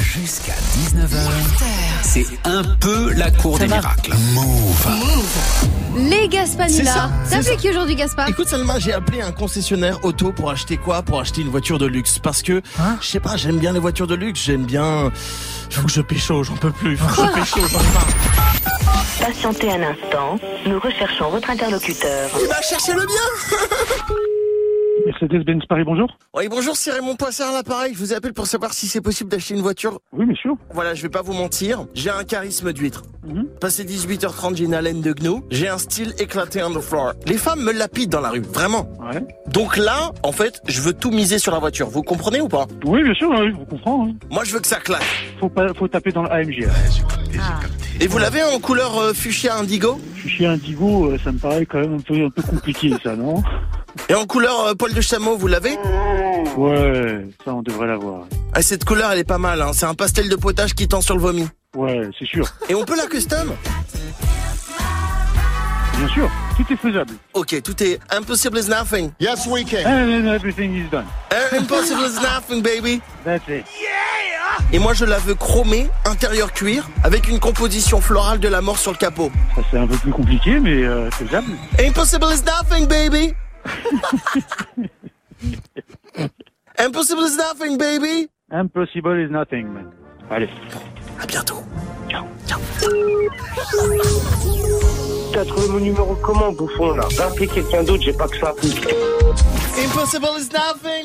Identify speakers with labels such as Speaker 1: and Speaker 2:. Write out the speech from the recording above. Speaker 1: Jusqu'à 19h, c'est un peu la cour des miracles. Move.
Speaker 2: Les
Speaker 3: C'est
Speaker 2: Gaspanula.
Speaker 3: ça,
Speaker 2: T'as
Speaker 3: c'est
Speaker 2: fait
Speaker 3: ça.
Speaker 2: qui aujourd'hui, Gaspard
Speaker 3: Écoute Salma, j'ai appelé un concessionnaire auto pour acheter quoi Pour acheter une voiture de luxe. Parce que, je sais pas, j'aime bien les voitures de luxe, j'aime bien... Hein? Faut que je pécho, j'en peux plus. Faut que je pécho, j'en ai marre.
Speaker 4: Patientez un instant, nous recherchons votre interlocuteur.
Speaker 3: Il va chercher le bien
Speaker 5: Mercedes-Benz Paris, bonjour.
Speaker 3: Oui, bonjour, c'est Raymond Poissard à l'appareil. Je vous appelle pour savoir si c'est possible d'acheter une voiture.
Speaker 5: Oui, monsieur.
Speaker 3: Voilà, je vais pas vous mentir, j'ai un charisme d'huître.
Speaker 5: Mhm.
Speaker 3: Passé 18h30, j'ai une haleine de gnou. J'ai un style éclaté on the floor. Les femmes me lapident dans la rue, vraiment.
Speaker 5: Ouais.
Speaker 3: Donc là, en fait, je veux tout miser sur la voiture. Vous comprenez ou pas
Speaker 5: Oui, bien sûr, oui, je vous comprends. hein.
Speaker 3: Moi, je veux que ça claque.
Speaker 5: Faut, pas, faut taper dans le AMG. là.
Speaker 3: Et vous l'avez en couleur euh, fuchsia indigo
Speaker 5: Fuchsia Indigo, euh, ça me paraît quand même un peu, un peu compliqué, ça, non
Speaker 3: Et en couleur euh, poil de chameau, vous l'avez
Speaker 5: Ouais, ça, on devrait l'avoir.
Speaker 3: ah, Cette couleur, elle est pas mal. Hein. C'est un pastel de potage qui tend sur le vomi.
Speaker 5: Ouais, c'est sûr.
Speaker 3: Et on peut la custom
Speaker 5: Bien sûr, tout est faisable.
Speaker 3: Ok, tout est impossible is nothing.
Speaker 6: Yes, we can.
Speaker 5: And everything is done.
Speaker 3: Impossible is nothing, baby.
Speaker 5: That's it.
Speaker 3: Et moi, je la veux chromée, intérieur cuir, avec une composition florale de la mort sur le capot.
Speaker 5: Ça, c'est un peu plus compliqué, mais euh, faisable.
Speaker 3: Impossible is nothing, baby. Impossible is nothing, baby.
Speaker 5: Impossible is nothing, man. Allez.
Speaker 3: À bientôt.
Speaker 7: T'as trouvé mon numéro comment, bouffon, là Va appeler quelqu'un d'autre, j'ai pas que ça.
Speaker 3: Impossible is nothing.